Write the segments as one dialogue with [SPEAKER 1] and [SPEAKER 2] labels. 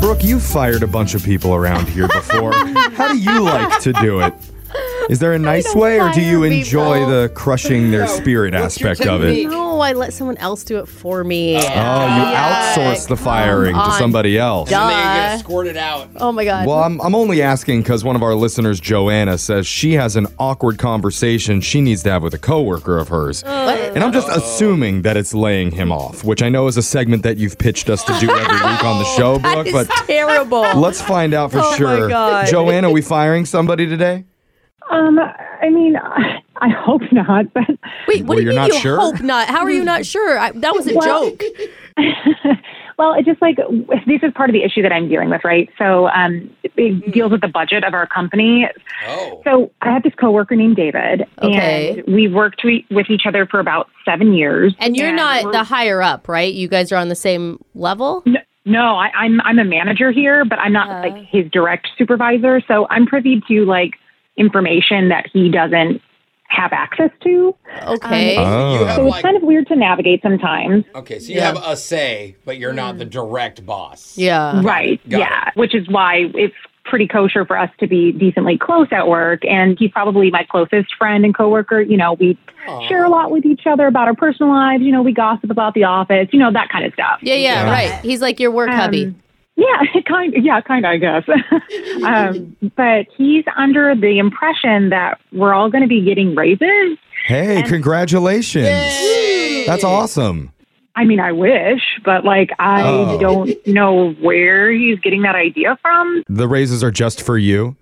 [SPEAKER 1] Brooke, you fired a bunch of people around here before. How do you like to do it? Is there a nice
[SPEAKER 2] don't
[SPEAKER 1] way, or do
[SPEAKER 2] fire
[SPEAKER 1] you enjoy
[SPEAKER 2] people.
[SPEAKER 1] the crushing their spirit aspect of it?
[SPEAKER 2] No, I let someone else do it for me. Oh, you
[SPEAKER 1] Oh, you outsource the firing to
[SPEAKER 2] on.
[SPEAKER 1] somebody else.
[SPEAKER 2] Duh.
[SPEAKER 3] And then you get squirted out.
[SPEAKER 2] Oh my god.
[SPEAKER 1] Well, I'm, I'm only asking because one of our listeners, Joanna, says she has an awkward conversation she needs to have with a coworker of hers.
[SPEAKER 2] What? Oh.
[SPEAKER 1] And I'm just assuming that it's laying him off, which I know is a segment that you've pitched us to do every week on the show, Brooke.
[SPEAKER 4] It's
[SPEAKER 1] But
[SPEAKER 4] terrible.
[SPEAKER 1] let's find out for
[SPEAKER 4] Oh my
[SPEAKER 1] sure.
[SPEAKER 4] God.
[SPEAKER 1] Joanna, we firing somebody today?
[SPEAKER 5] Um, I mean, I I hope not, but
[SPEAKER 1] Well,
[SPEAKER 4] Wait, what do you
[SPEAKER 1] you're
[SPEAKER 4] mean
[SPEAKER 1] not
[SPEAKER 4] you
[SPEAKER 1] sure?
[SPEAKER 4] hope not? How are you not sure? I, that was a
[SPEAKER 5] Well-
[SPEAKER 4] joke.
[SPEAKER 5] well, it's just like this is part of the issue that I'm dealing with, right? So, um,
[SPEAKER 2] Mm-hmm.
[SPEAKER 5] it deals with the budget of our company.
[SPEAKER 3] Oh.
[SPEAKER 5] So, I had this coworker named David,
[SPEAKER 2] Okay.
[SPEAKER 5] and we worked we, with each other for about seven years.
[SPEAKER 2] and you're not
[SPEAKER 5] we're-
[SPEAKER 2] the higher up, right? You guys are on the same level.
[SPEAKER 5] N- No, I, I'm I'm a manager here, but I'm not
[SPEAKER 2] Uh.
[SPEAKER 5] like his direct supervisor. So I'm privy to like information that he doesn't have access to.
[SPEAKER 2] Okay.
[SPEAKER 5] Um,
[SPEAKER 1] Oh.
[SPEAKER 3] You have
[SPEAKER 2] Oh,
[SPEAKER 5] So it's
[SPEAKER 3] like,
[SPEAKER 5] kind of weird to navigate sometimes.
[SPEAKER 3] okay, so you
[SPEAKER 2] Yeah.
[SPEAKER 3] have a say, but you're
[SPEAKER 4] Mm.
[SPEAKER 3] not the direct boss.
[SPEAKER 2] yeah.
[SPEAKER 5] Right.
[SPEAKER 3] Got
[SPEAKER 5] yeah. Which is why it's pretty kosher for us to be decently close at work. And he's probably my closest friend and coworker. You know, we share a lot with each other about our personal lives. You know, we gossip about the office, you know, that kind of stuff.
[SPEAKER 2] Yeah, yeah, right. He's like your work
[SPEAKER 5] Um,
[SPEAKER 2] hubby.
[SPEAKER 5] Yeah, kind yeah, kind of, I guess. um, but he's under the impression that we're all going to be getting raises.
[SPEAKER 1] Hey, congratulations. That's awesome.
[SPEAKER 5] I mean, I wish, but like I
[SPEAKER 1] Oh.
[SPEAKER 5] don't know where he's getting that idea from.
[SPEAKER 1] The raises are just for you.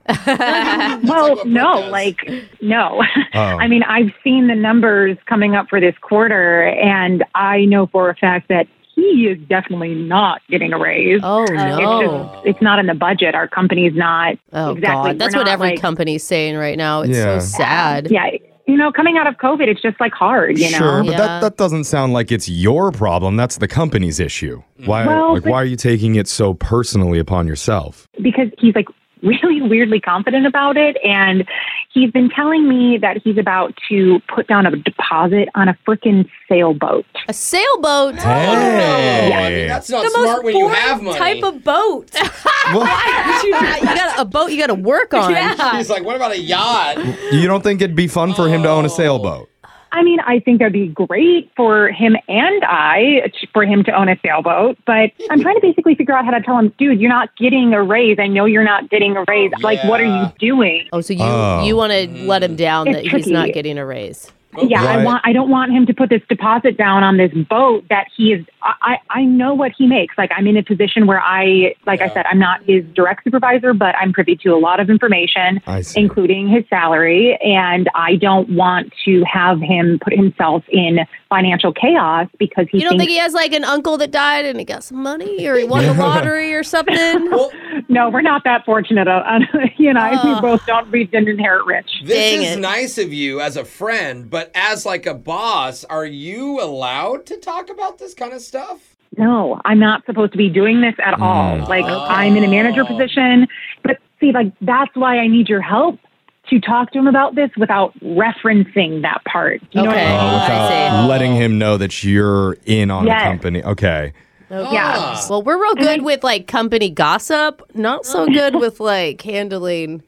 [SPEAKER 5] well,
[SPEAKER 3] what Brooke
[SPEAKER 5] no,
[SPEAKER 3] does.
[SPEAKER 5] like no.
[SPEAKER 1] Oh.
[SPEAKER 5] I mean, I've seen the numbers coming up for this quarter, and I know for a fact that he is definitely not getting a raise.
[SPEAKER 2] Oh no.
[SPEAKER 5] It's just it's not in the budget. Our company's not
[SPEAKER 2] Oh
[SPEAKER 5] exactly.
[SPEAKER 2] god. That's
[SPEAKER 5] we're
[SPEAKER 2] what
[SPEAKER 5] not,
[SPEAKER 2] every
[SPEAKER 5] like-
[SPEAKER 2] company's saying right now. It's
[SPEAKER 1] Yeah.
[SPEAKER 2] so sad.
[SPEAKER 5] Yeah, you know, coming out of COVID, it's just like hard. You know.
[SPEAKER 1] sure, but
[SPEAKER 2] Yeah.
[SPEAKER 1] that, that doesn't sound like it's your problem. That's the company's issue. Why
[SPEAKER 5] Well,
[SPEAKER 1] like
[SPEAKER 5] but-
[SPEAKER 1] why are you taking it so personally upon yourself?
[SPEAKER 5] because he's like really weirdly confident about it and he's been telling me that he's about to put down a deposit on a freaking sailboat.
[SPEAKER 2] A sailboat.
[SPEAKER 3] Oh, no. I
[SPEAKER 1] Hey.
[SPEAKER 3] mean, that's not
[SPEAKER 4] the
[SPEAKER 3] smart
[SPEAKER 4] most
[SPEAKER 3] when you
[SPEAKER 4] boring
[SPEAKER 3] have money.
[SPEAKER 4] type of boat.
[SPEAKER 1] Well,
[SPEAKER 2] you got a boat you got to work on.
[SPEAKER 4] yeah.
[SPEAKER 3] He's like, what about a yacht?
[SPEAKER 1] you don't think it'd be fun for him to own a sailboat?
[SPEAKER 5] I mean, I think that'd be great for him and I for him to own a sailboat, but I'm trying to basically figure out how to tell him, dude, you're not getting a raise. I know you're not getting a raise. Like, what are
[SPEAKER 3] Yeah.
[SPEAKER 5] you doing?
[SPEAKER 2] Oh, so you
[SPEAKER 1] Oh.
[SPEAKER 2] you want to let him down
[SPEAKER 5] It's
[SPEAKER 2] that he's not
[SPEAKER 5] tricky.
[SPEAKER 2] getting a raise.
[SPEAKER 5] Yeah, I
[SPEAKER 1] Right.
[SPEAKER 5] want. I don't want him to put this deposit down on this boat that he is. I, I I know what he makes. Like I'm in a position where I, like I said, I'm not his direct supervisor, but I'm privy to a lot of information,
[SPEAKER 1] I see.
[SPEAKER 5] including his salary, and I don't want to have him put himself in financial chaos because he
[SPEAKER 2] You don't
[SPEAKER 5] thinks
[SPEAKER 2] think he has like an uncle that died and he got some money or he won the lottery or something?
[SPEAKER 3] Well,
[SPEAKER 5] no, we're not that fortunate. Uh, he and I, we both don't. We didn't inherit rich.
[SPEAKER 3] this
[SPEAKER 2] Dang
[SPEAKER 3] is
[SPEAKER 2] it.
[SPEAKER 3] nice of you as a friend, but as like a boss, are you allowed to talk about this kind of stuff?
[SPEAKER 5] no, I'm not supposed to be doing this at all. Like,
[SPEAKER 2] Oh.
[SPEAKER 5] I'm in a manager position. But see, like, that's why I need your help to talk to him about this without referencing that part. You know what
[SPEAKER 2] Okay.
[SPEAKER 5] I mean?
[SPEAKER 1] Oh,
[SPEAKER 2] I
[SPEAKER 1] without letting him know that you're in on
[SPEAKER 5] Yes.
[SPEAKER 1] the company. Okay.
[SPEAKER 4] Oh,
[SPEAKER 3] Yeah.
[SPEAKER 2] Well, we're real good with like company gossip, not so good with like handling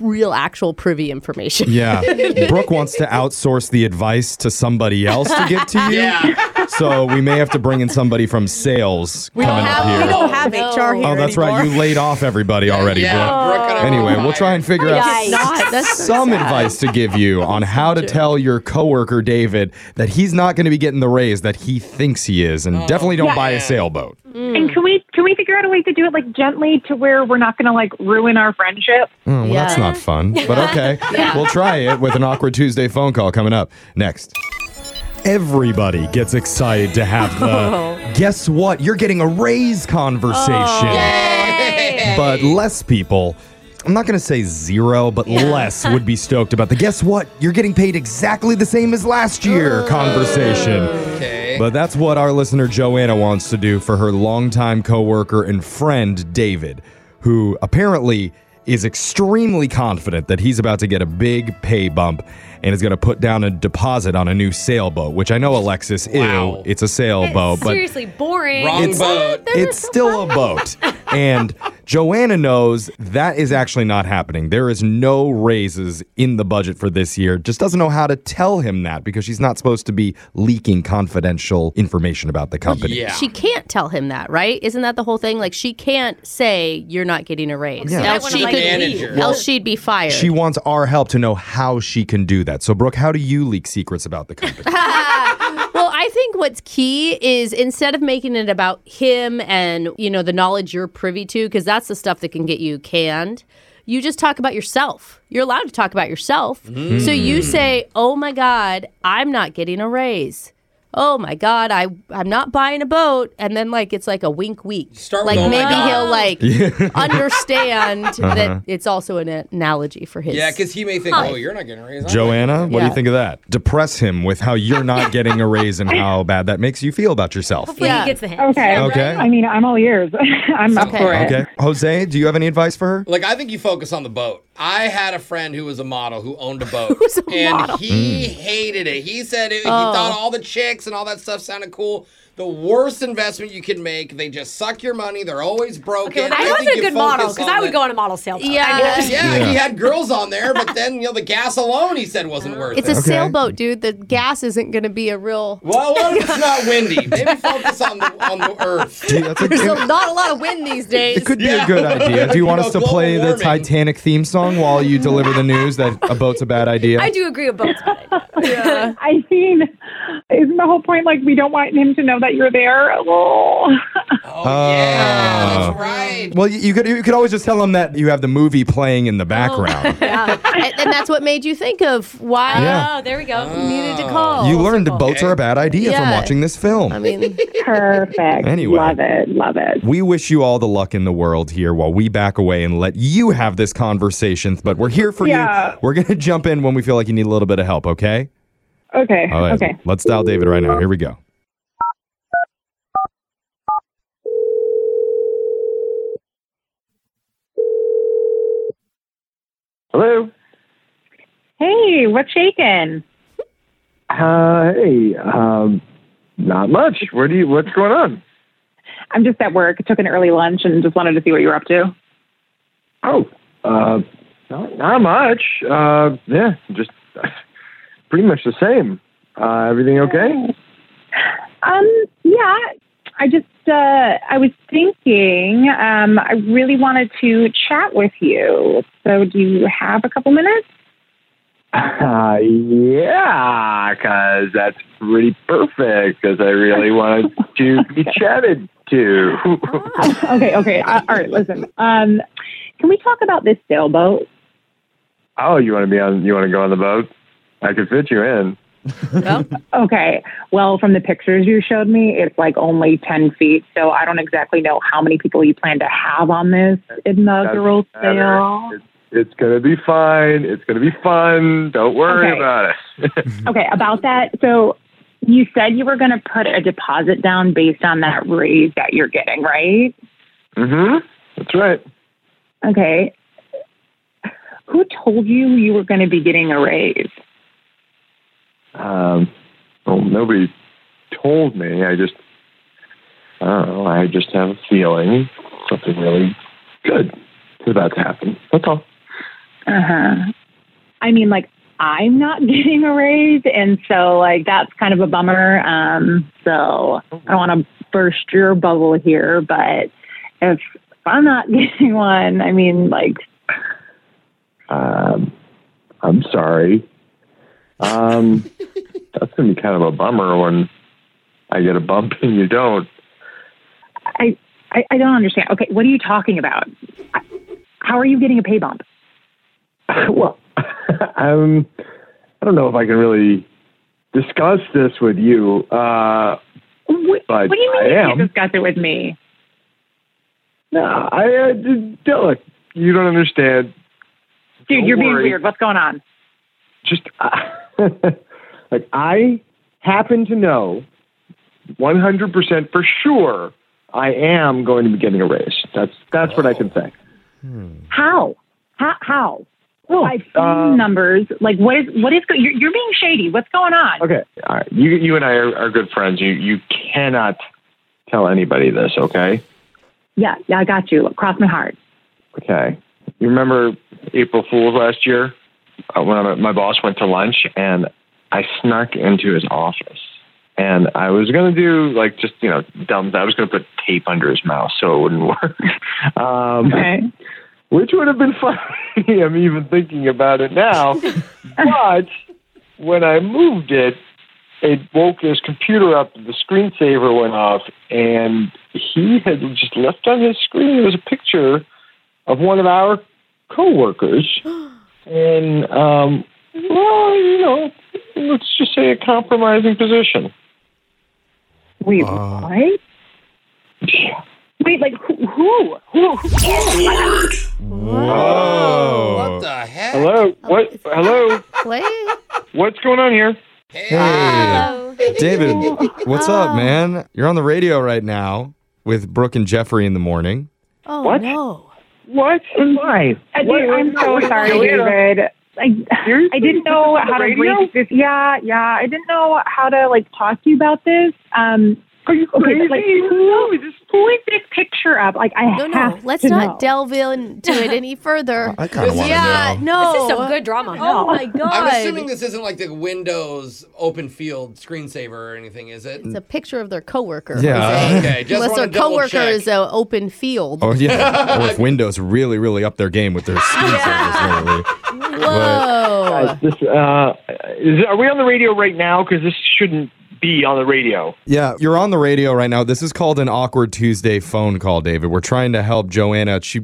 [SPEAKER 2] real actual privy information.
[SPEAKER 1] Yeah. Brooke wants to outsource the advice to somebody else to give to you.
[SPEAKER 3] Yeah.
[SPEAKER 1] So we may have to bring in somebody from sales coming up here.
[SPEAKER 2] we don't have HR here.
[SPEAKER 1] oh, that's right. You laid off everybody already, Brooke.
[SPEAKER 3] yeah,
[SPEAKER 4] Oh.
[SPEAKER 3] Brooke. and I
[SPEAKER 1] Anyway,
[SPEAKER 3] were
[SPEAKER 1] we'll try
[SPEAKER 3] fired.
[SPEAKER 1] and figure out
[SPEAKER 2] It's Oh. not. That's so
[SPEAKER 1] some
[SPEAKER 2] sad.
[SPEAKER 1] advice to give you on how to tell your coworker David that he's not going to be getting the raise that he thinks he is,
[SPEAKER 3] Oh.
[SPEAKER 1] and definitely don't buy a sailboat.
[SPEAKER 5] And can we can we figure out a way to do it like gently to where we're not going to like ruin our friendship?
[SPEAKER 2] Mm.
[SPEAKER 1] Oh, well, that's
[SPEAKER 2] Yeah.
[SPEAKER 1] not fun, but okay. We'll try it with an awkward Tuesday phone call coming up next. Everybody gets excited to have
[SPEAKER 2] Oh.
[SPEAKER 1] the guess what? You're getting a raise conversation.
[SPEAKER 2] Oh,
[SPEAKER 1] But less people, I'm not going to say zero, but less would be stoked about the guess what? You're getting paid exactly the same as last year conversation.
[SPEAKER 3] Okay.
[SPEAKER 1] But that's what our listener Joanna wants to do for her longtime coworker and friend David, who apparently is extremely confident that he's about to get a big pay bump and is going to put down a deposit on a new sailboat, which I know Alexis,
[SPEAKER 3] Wow.
[SPEAKER 1] ew, it's a sailboat, but
[SPEAKER 4] Seriously, boring.
[SPEAKER 3] Wrong
[SPEAKER 1] It's-
[SPEAKER 3] boat.
[SPEAKER 1] it's still a boat. and Joanna knows that is actually not happening. There is no raises in the budget for this year. Just doesn't know how to tell him that because she's not supposed to be leaking confidential information about the company.
[SPEAKER 3] Yeah.
[SPEAKER 2] She can't tell him that, right? Isn't that the whole thing? Like she can't say you're not getting a raise.
[SPEAKER 1] Yeah. You might
[SPEAKER 2] Else
[SPEAKER 4] wanna,
[SPEAKER 2] she
[SPEAKER 4] like,
[SPEAKER 2] could
[SPEAKER 3] Manager.
[SPEAKER 2] else she'd be fired.
[SPEAKER 1] She wants our help to know how she can do that. So, Brooke, how do you leak secrets about the company?
[SPEAKER 2] well, I think what's key is instead of making it about him and, you know, the knowledge you're privy to, because that's the stuff that can get you canned, you just talk about yourself. You're allowed to talk about yourself.
[SPEAKER 3] Mm-hmm.
[SPEAKER 2] So you say, oh my God, I'm not getting a raise. Oh my God, I, I'm not buying a boat. And then, like, it's like a wink week.
[SPEAKER 3] Start with,
[SPEAKER 2] like,
[SPEAKER 3] "Oh my
[SPEAKER 2] maybe
[SPEAKER 3] God." Uh-huh.
[SPEAKER 2] he'll, like, understand that it's also an analogy for his.
[SPEAKER 3] Yeah, because he may think, oh, you're not getting a raise. I'm
[SPEAKER 1] Joanna, what do you
[SPEAKER 2] Yeah.
[SPEAKER 1] think of that? Depress him with how you're not getting a raise and how bad that makes you feel about yourself.
[SPEAKER 4] Hopefully
[SPEAKER 2] Yeah.
[SPEAKER 4] he gets the hint.
[SPEAKER 5] Okay.
[SPEAKER 1] Okay.
[SPEAKER 5] I mean, I'm all ears. I'm up
[SPEAKER 2] Okay.
[SPEAKER 5] for it.
[SPEAKER 1] Okay. Jose, do you have any advice for her?
[SPEAKER 3] Like I think you focus on the boat. I had a friend who was a model who owned a boat,
[SPEAKER 2] a
[SPEAKER 3] and
[SPEAKER 2] model.
[SPEAKER 3] he hated it. He said it, he thought
[SPEAKER 4] Oh.
[SPEAKER 3] all the chicks and all that stuff sounded cool. The worst investment you can make. They just suck your money. They're always broken.
[SPEAKER 4] Okay, well, that
[SPEAKER 3] I think
[SPEAKER 4] wasn't a
[SPEAKER 3] you
[SPEAKER 4] good model
[SPEAKER 3] focus
[SPEAKER 4] because I would
[SPEAKER 3] the-
[SPEAKER 4] go on a model sailboat.
[SPEAKER 2] Yeah.
[SPEAKER 3] Yeah,
[SPEAKER 1] Yeah.
[SPEAKER 3] he had girls on there, but then you know the gas alone he said wasn't worth
[SPEAKER 2] It's a
[SPEAKER 3] it.
[SPEAKER 1] Okay.
[SPEAKER 2] sailboat, dude. The gas isn't going to be a real.
[SPEAKER 3] well, what if it's not windy? Maybe focus on the on the earth.
[SPEAKER 1] Do you- that's a-
[SPEAKER 2] There's a- not a lot of wind these days.
[SPEAKER 1] it could be a
[SPEAKER 3] Yeah.
[SPEAKER 1] good idea. Do you want
[SPEAKER 3] No,
[SPEAKER 1] us to
[SPEAKER 3] global
[SPEAKER 1] play the
[SPEAKER 3] warming.
[SPEAKER 1] Titanic theme song while you deliver the news that a boat's a bad idea?
[SPEAKER 4] I do agree with boats.
[SPEAKER 5] I mean, isn't the whole point like we don't want him to know that you're there? Oh.
[SPEAKER 3] Oh, yeah, that's right.
[SPEAKER 1] Uh, Well, you you could you could always just tell them that you have the movie playing in the
[SPEAKER 3] Oh.
[SPEAKER 1] background.
[SPEAKER 2] and, and that's what made you think of why
[SPEAKER 1] Yeah.
[SPEAKER 4] Oh, there we go.
[SPEAKER 2] you needed to
[SPEAKER 3] Oh,
[SPEAKER 2] call.
[SPEAKER 1] You learned that boats are a bad idea from
[SPEAKER 2] Yeah.
[SPEAKER 1] watching this film.
[SPEAKER 2] I mean,
[SPEAKER 5] Perfect.
[SPEAKER 1] Anyway.
[SPEAKER 5] Love it. Love it.
[SPEAKER 1] we wish you all the luck in the world here while we back away and let you have this conversation. But we're here for
[SPEAKER 5] Yeah.
[SPEAKER 1] you. We're going to jump in when we feel like you need a little bit of help, okay?
[SPEAKER 5] Okay.
[SPEAKER 1] All right.
[SPEAKER 5] Okay.
[SPEAKER 1] Let's dial David right now. Here we go.
[SPEAKER 6] Hello.
[SPEAKER 5] Hey, what's shaking?
[SPEAKER 6] Uh, hey. Um, not much. Where do you? What's going on?
[SPEAKER 5] I'm just at work. Took an early lunch and just wanted to see what you were up to.
[SPEAKER 6] Oh, uh, not, not much. Uh, yeah, just pretty much the same. Uh, everything okay?
[SPEAKER 5] Um, yeah. I just uh, I was thinking um, I really wanted to chat with you. So do you have a couple minutes?
[SPEAKER 6] Uh, yeah, 'cause that's pretty perfect. 'Cause I really wanted to be chatted to.
[SPEAKER 5] okay, okay. Uh, all right, listen. Um, can we talk about this sailboat?
[SPEAKER 6] oh, you want to be on? You want to go on the boat? I could fit you in.
[SPEAKER 5] Okay. Well, from the pictures you showed me, it's like only 10 feet. So I don't exactly know how many people you plan to have on this inaugural
[SPEAKER 6] Doesn't
[SPEAKER 5] sale.
[SPEAKER 6] matter. It's, it's gonna be fine. It's gonna be fun. Don't worry
[SPEAKER 5] Okay.
[SPEAKER 6] about it.
[SPEAKER 5] Okay, about that. So you said you were going to put a deposit down based on that raise that you're getting, right?
[SPEAKER 6] mm-hmm. That's right.
[SPEAKER 5] Okay. Who told you you were going to be getting a raise?
[SPEAKER 6] Um, well, nobody told me. I just, I don't know. I just have a feeling something really good is about to happen. That's all.
[SPEAKER 5] Uh-huh. I mean, like, I'm not getting a raise, and so, like, that's kind of a bummer. Um, so I don't want to burst your bubble here, but if I'm not getting one, I mean, like,
[SPEAKER 6] Um, I'm sorry. Um, that's gonna be kind of a bummer when I get a bump and you don't.
[SPEAKER 5] I, I, I don't understand. Okay, what are you talking about? I- How are you getting a pay bump?
[SPEAKER 6] well, um, I don't know if I can really discuss this with you. Uh,
[SPEAKER 5] What,
[SPEAKER 6] But
[SPEAKER 5] what do you mean
[SPEAKER 6] I
[SPEAKER 5] you can't
[SPEAKER 6] am.
[SPEAKER 5] discuss it with me?
[SPEAKER 6] no, I, I just- look. You don't understand.
[SPEAKER 5] Dude,
[SPEAKER 6] Don't
[SPEAKER 5] you're being
[SPEAKER 6] worry.
[SPEAKER 5] weird. What's going on?
[SPEAKER 6] Just uh, like I happen to know, one hundred percent for sure, I am going to be getting a raise. That's that's what I can say.
[SPEAKER 5] How? How? How?
[SPEAKER 6] Well,
[SPEAKER 5] I've seen
[SPEAKER 6] uh,
[SPEAKER 5] numbers. Like, what is what is? go- You're, you're being shady. What's going on?
[SPEAKER 6] Okay, all right. You you and I are, are good friends. You you cannot tell anybody this. Okay.
[SPEAKER 5] Yeah, yeah, I got you. Cross my heart.
[SPEAKER 6] Okay. You remember April Fool's last year uh, when I, my boss went to lunch and I snuck into his office and I was going to do like just, you know, dumb. I was going to put tape under his mouth so it wouldn't work. Um, Which would have been funny. I'm even thinking about it now. but when I moved it, it woke his computer up. The screensaver went off, and he had just left on his screen. There was a picture of one of our coworkers, and um, well, you know, let's just say a compromising position.
[SPEAKER 5] Wait, what? Wait, like who? Who? who, who?
[SPEAKER 1] Whoa.
[SPEAKER 5] Oh.
[SPEAKER 3] What the heck?
[SPEAKER 6] Hello, what? Hello,
[SPEAKER 2] Play.
[SPEAKER 6] what's going on here?
[SPEAKER 4] Oh.
[SPEAKER 1] Hey. David, what's up, man? You're on the radio right now with Brooke and Jeffrey in the morning.
[SPEAKER 2] Oh
[SPEAKER 6] What?
[SPEAKER 2] no.
[SPEAKER 6] What? Why?
[SPEAKER 5] Uh, dude,
[SPEAKER 6] Wait,
[SPEAKER 5] I'm
[SPEAKER 6] wait,
[SPEAKER 5] so
[SPEAKER 6] wait,
[SPEAKER 5] sorry,
[SPEAKER 6] wait,
[SPEAKER 5] David. I,
[SPEAKER 6] Seriously?
[SPEAKER 5] I didn't know
[SPEAKER 6] This is
[SPEAKER 5] how
[SPEAKER 6] the
[SPEAKER 5] to
[SPEAKER 6] radio?
[SPEAKER 5] break this. Yeah, yeah. I didn't know how to like talk to you about this. Um,
[SPEAKER 6] Are you
[SPEAKER 5] Okay,
[SPEAKER 6] crazy?
[SPEAKER 5] like-
[SPEAKER 6] no, this
[SPEAKER 5] pulling this picture up, like I
[SPEAKER 2] No,
[SPEAKER 5] have
[SPEAKER 2] no. Let's
[SPEAKER 5] to
[SPEAKER 2] not
[SPEAKER 5] know.
[SPEAKER 2] delve into it any further.
[SPEAKER 1] I kind of want to
[SPEAKER 2] yeah,
[SPEAKER 1] know.
[SPEAKER 2] no.
[SPEAKER 4] This is some good drama.
[SPEAKER 2] Oh my god.
[SPEAKER 3] I'm assuming this isn't like the Windows open field screensaver or anything, is it? Uh,
[SPEAKER 2] it's a picture of their coworker.
[SPEAKER 1] Yeah.
[SPEAKER 3] Okay, just
[SPEAKER 2] Unless
[SPEAKER 3] wanna
[SPEAKER 2] their
[SPEAKER 3] double
[SPEAKER 2] coworker
[SPEAKER 3] check.
[SPEAKER 2] is an open field.
[SPEAKER 1] Oh yeah, or if Windows really, really up their game with their screen service lately.
[SPEAKER 4] Oh,
[SPEAKER 2] Whoa.
[SPEAKER 6] Guys, this, uh, is, are we on the radio right now? Because this shouldn't be on the radio.
[SPEAKER 1] Yeah, you're on the radio right now. This is called an awkward Tuesday phone call, David. We're trying to help Joanna. She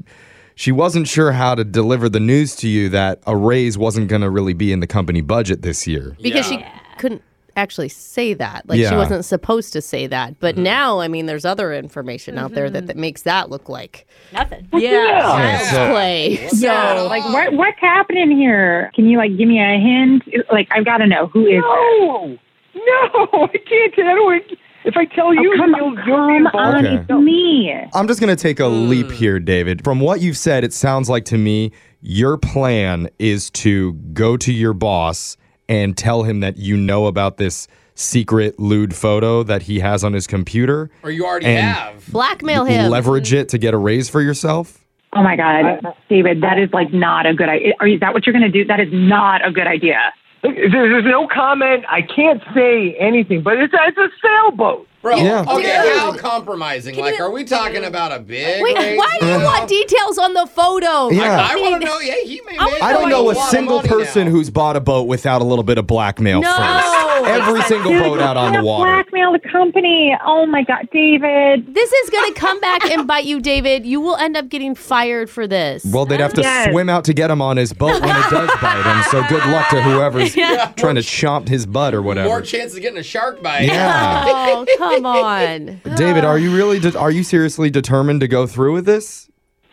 [SPEAKER 1] she wasn't sure how to deliver the news to you that a raise wasn't going to really be in the company budget this year.
[SPEAKER 2] because
[SPEAKER 3] Yeah.
[SPEAKER 2] she couldn't actually say that. Like she
[SPEAKER 1] Yeah.
[SPEAKER 2] wasn't supposed to say that. But now, I mean, there's other information out there
[SPEAKER 4] Mm-hmm.
[SPEAKER 2] that, that makes that look like
[SPEAKER 4] Nothing.
[SPEAKER 2] yeah, child's
[SPEAKER 1] Yeah.
[SPEAKER 2] play.
[SPEAKER 3] What's going
[SPEAKER 5] Yo,
[SPEAKER 3] on?
[SPEAKER 5] like what what's happening here? Can you like give me a hint? Like I've got to know who is. this?
[SPEAKER 6] No, no, I can't. I don't, if I tell you,
[SPEAKER 5] Oh, come
[SPEAKER 6] you'll,
[SPEAKER 5] on,
[SPEAKER 6] you'll be
[SPEAKER 5] come
[SPEAKER 6] involved.
[SPEAKER 5] on,
[SPEAKER 1] Okay.
[SPEAKER 5] it's me.
[SPEAKER 1] I'm just going to take a leap here, David. From what you've said, it sounds like to me your plan is to go to your boss and tell him that you know about this secret lewd photo that he has on his computer
[SPEAKER 3] Or you already
[SPEAKER 1] And-
[SPEAKER 3] have.
[SPEAKER 2] Blackmail him.
[SPEAKER 1] leverage it to get a raise for yourself
[SPEAKER 5] Oh my God, David, that is like not a good idea. Are you, is that what you're going to do? That is not a good idea.
[SPEAKER 6] There- There's no comment. I can't say anything, but it's, it's a sailboat.
[SPEAKER 3] Bro,
[SPEAKER 1] Yeah.
[SPEAKER 3] okay,
[SPEAKER 2] Dude.
[SPEAKER 3] how compromising? Like, are we talking about a big
[SPEAKER 2] Wait,
[SPEAKER 3] raise
[SPEAKER 2] why do you
[SPEAKER 3] now?
[SPEAKER 2] want details on the photo?
[SPEAKER 1] Yeah.
[SPEAKER 3] I, want to know. Yeah, he may make
[SPEAKER 1] I don't
[SPEAKER 3] like
[SPEAKER 1] know a
[SPEAKER 3] lot of
[SPEAKER 1] single
[SPEAKER 3] money
[SPEAKER 1] person
[SPEAKER 3] now.
[SPEAKER 1] who's bought a boat without a little bit of blackmail
[SPEAKER 2] No.
[SPEAKER 1] first. Every single boat out on the
[SPEAKER 5] Can't
[SPEAKER 1] water.
[SPEAKER 5] Blackmail the company. Oh my God, David.
[SPEAKER 2] This is going to come back and bite you, David. You will end up getting fired for this.
[SPEAKER 1] Well, they'd have to
[SPEAKER 5] Yes.
[SPEAKER 1] swim out to get him on his boat when it does bite him. So good luck to whoever's trying to chomp his butt or
[SPEAKER 3] More
[SPEAKER 1] whatever.
[SPEAKER 3] chances of getting a shark bite.
[SPEAKER 1] Yeah.
[SPEAKER 2] oh, come on.
[SPEAKER 1] David, are you really de- are you seriously determined to go through with this?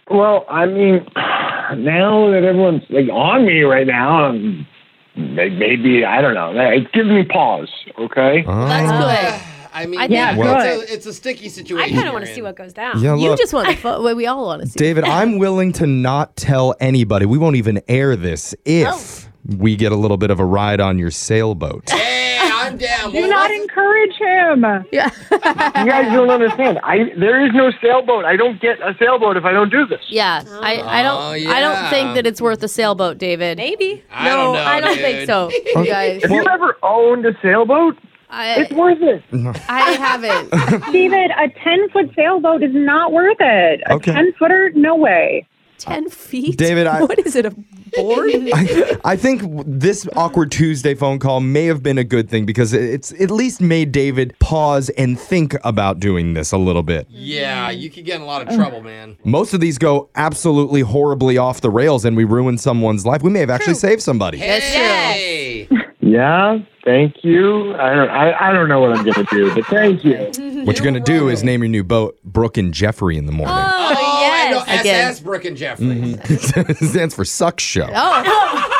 [SPEAKER 6] Well, I mean, now that everyone's like on me right now, I'm, may- maybe I don't know. It's giving me pause. Okay.
[SPEAKER 2] That's good.
[SPEAKER 3] I mean,
[SPEAKER 4] I think-
[SPEAKER 3] yeah,
[SPEAKER 5] Yeah,
[SPEAKER 3] it's, a, it's a sticky
[SPEAKER 4] I
[SPEAKER 3] situation.
[SPEAKER 4] kind of want
[SPEAKER 3] you're
[SPEAKER 4] to see
[SPEAKER 3] in.
[SPEAKER 4] what goes down.
[SPEAKER 1] Yeah,
[SPEAKER 2] You
[SPEAKER 1] look.
[SPEAKER 2] just want the photo. we all want to see.
[SPEAKER 1] David, I'm willing to not tell anybody. We won't even air this if we get a little bit of a ride on your sailboat.
[SPEAKER 3] Hey, I'm down.
[SPEAKER 5] Do
[SPEAKER 3] What-
[SPEAKER 5] not encourage him.
[SPEAKER 6] You guys don't understand. I there is no sailboat. I don't get a sailboat if I don't do this.
[SPEAKER 2] Yeah, I, I don't.
[SPEAKER 3] Oh,
[SPEAKER 2] I
[SPEAKER 3] yeah.
[SPEAKER 2] don't think that it's worth a sailboat, David.
[SPEAKER 4] Maybe.
[SPEAKER 3] I
[SPEAKER 2] no,
[SPEAKER 3] don't know,
[SPEAKER 2] I don't think
[SPEAKER 3] dude.
[SPEAKER 2] so, you guys.
[SPEAKER 6] Have you ever owned a sailboat? It's
[SPEAKER 2] I,
[SPEAKER 6] worth it.
[SPEAKER 1] Mm.
[SPEAKER 2] I haven't.
[SPEAKER 5] David, a 10 foot sailboat is not worth it. A
[SPEAKER 1] Okay.
[SPEAKER 5] 10 footer, no way.
[SPEAKER 2] Ten feet,
[SPEAKER 1] David, I-
[SPEAKER 2] what is it? A board?
[SPEAKER 1] I, I think w- this awkward Tuesday phone call may have been a good thing because it- it's at least made David pause and think about doing this a little bit.
[SPEAKER 3] Yeah,
[SPEAKER 2] Mm.
[SPEAKER 3] you could get in a lot of trouble, man.
[SPEAKER 1] Most of these go absolutely horribly off the rails and we ruin someone's life. We may have actually saved somebody.
[SPEAKER 2] That's true.
[SPEAKER 3] Hey.
[SPEAKER 6] Yeah, thank you. I don't. I, I don't know what I'm gonna do, but thank you.
[SPEAKER 1] What you're going to do is name your new boat Brooke and Jeffrey in the morning.
[SPEAKER 3] Oh, I know.
[SPEAKER 2] Again.
[SPEAKER 3] SS Brooke and Jeffrey.
[SPEAKER 1] it stands for Suck Show.
[SPEAKER 2] Oh,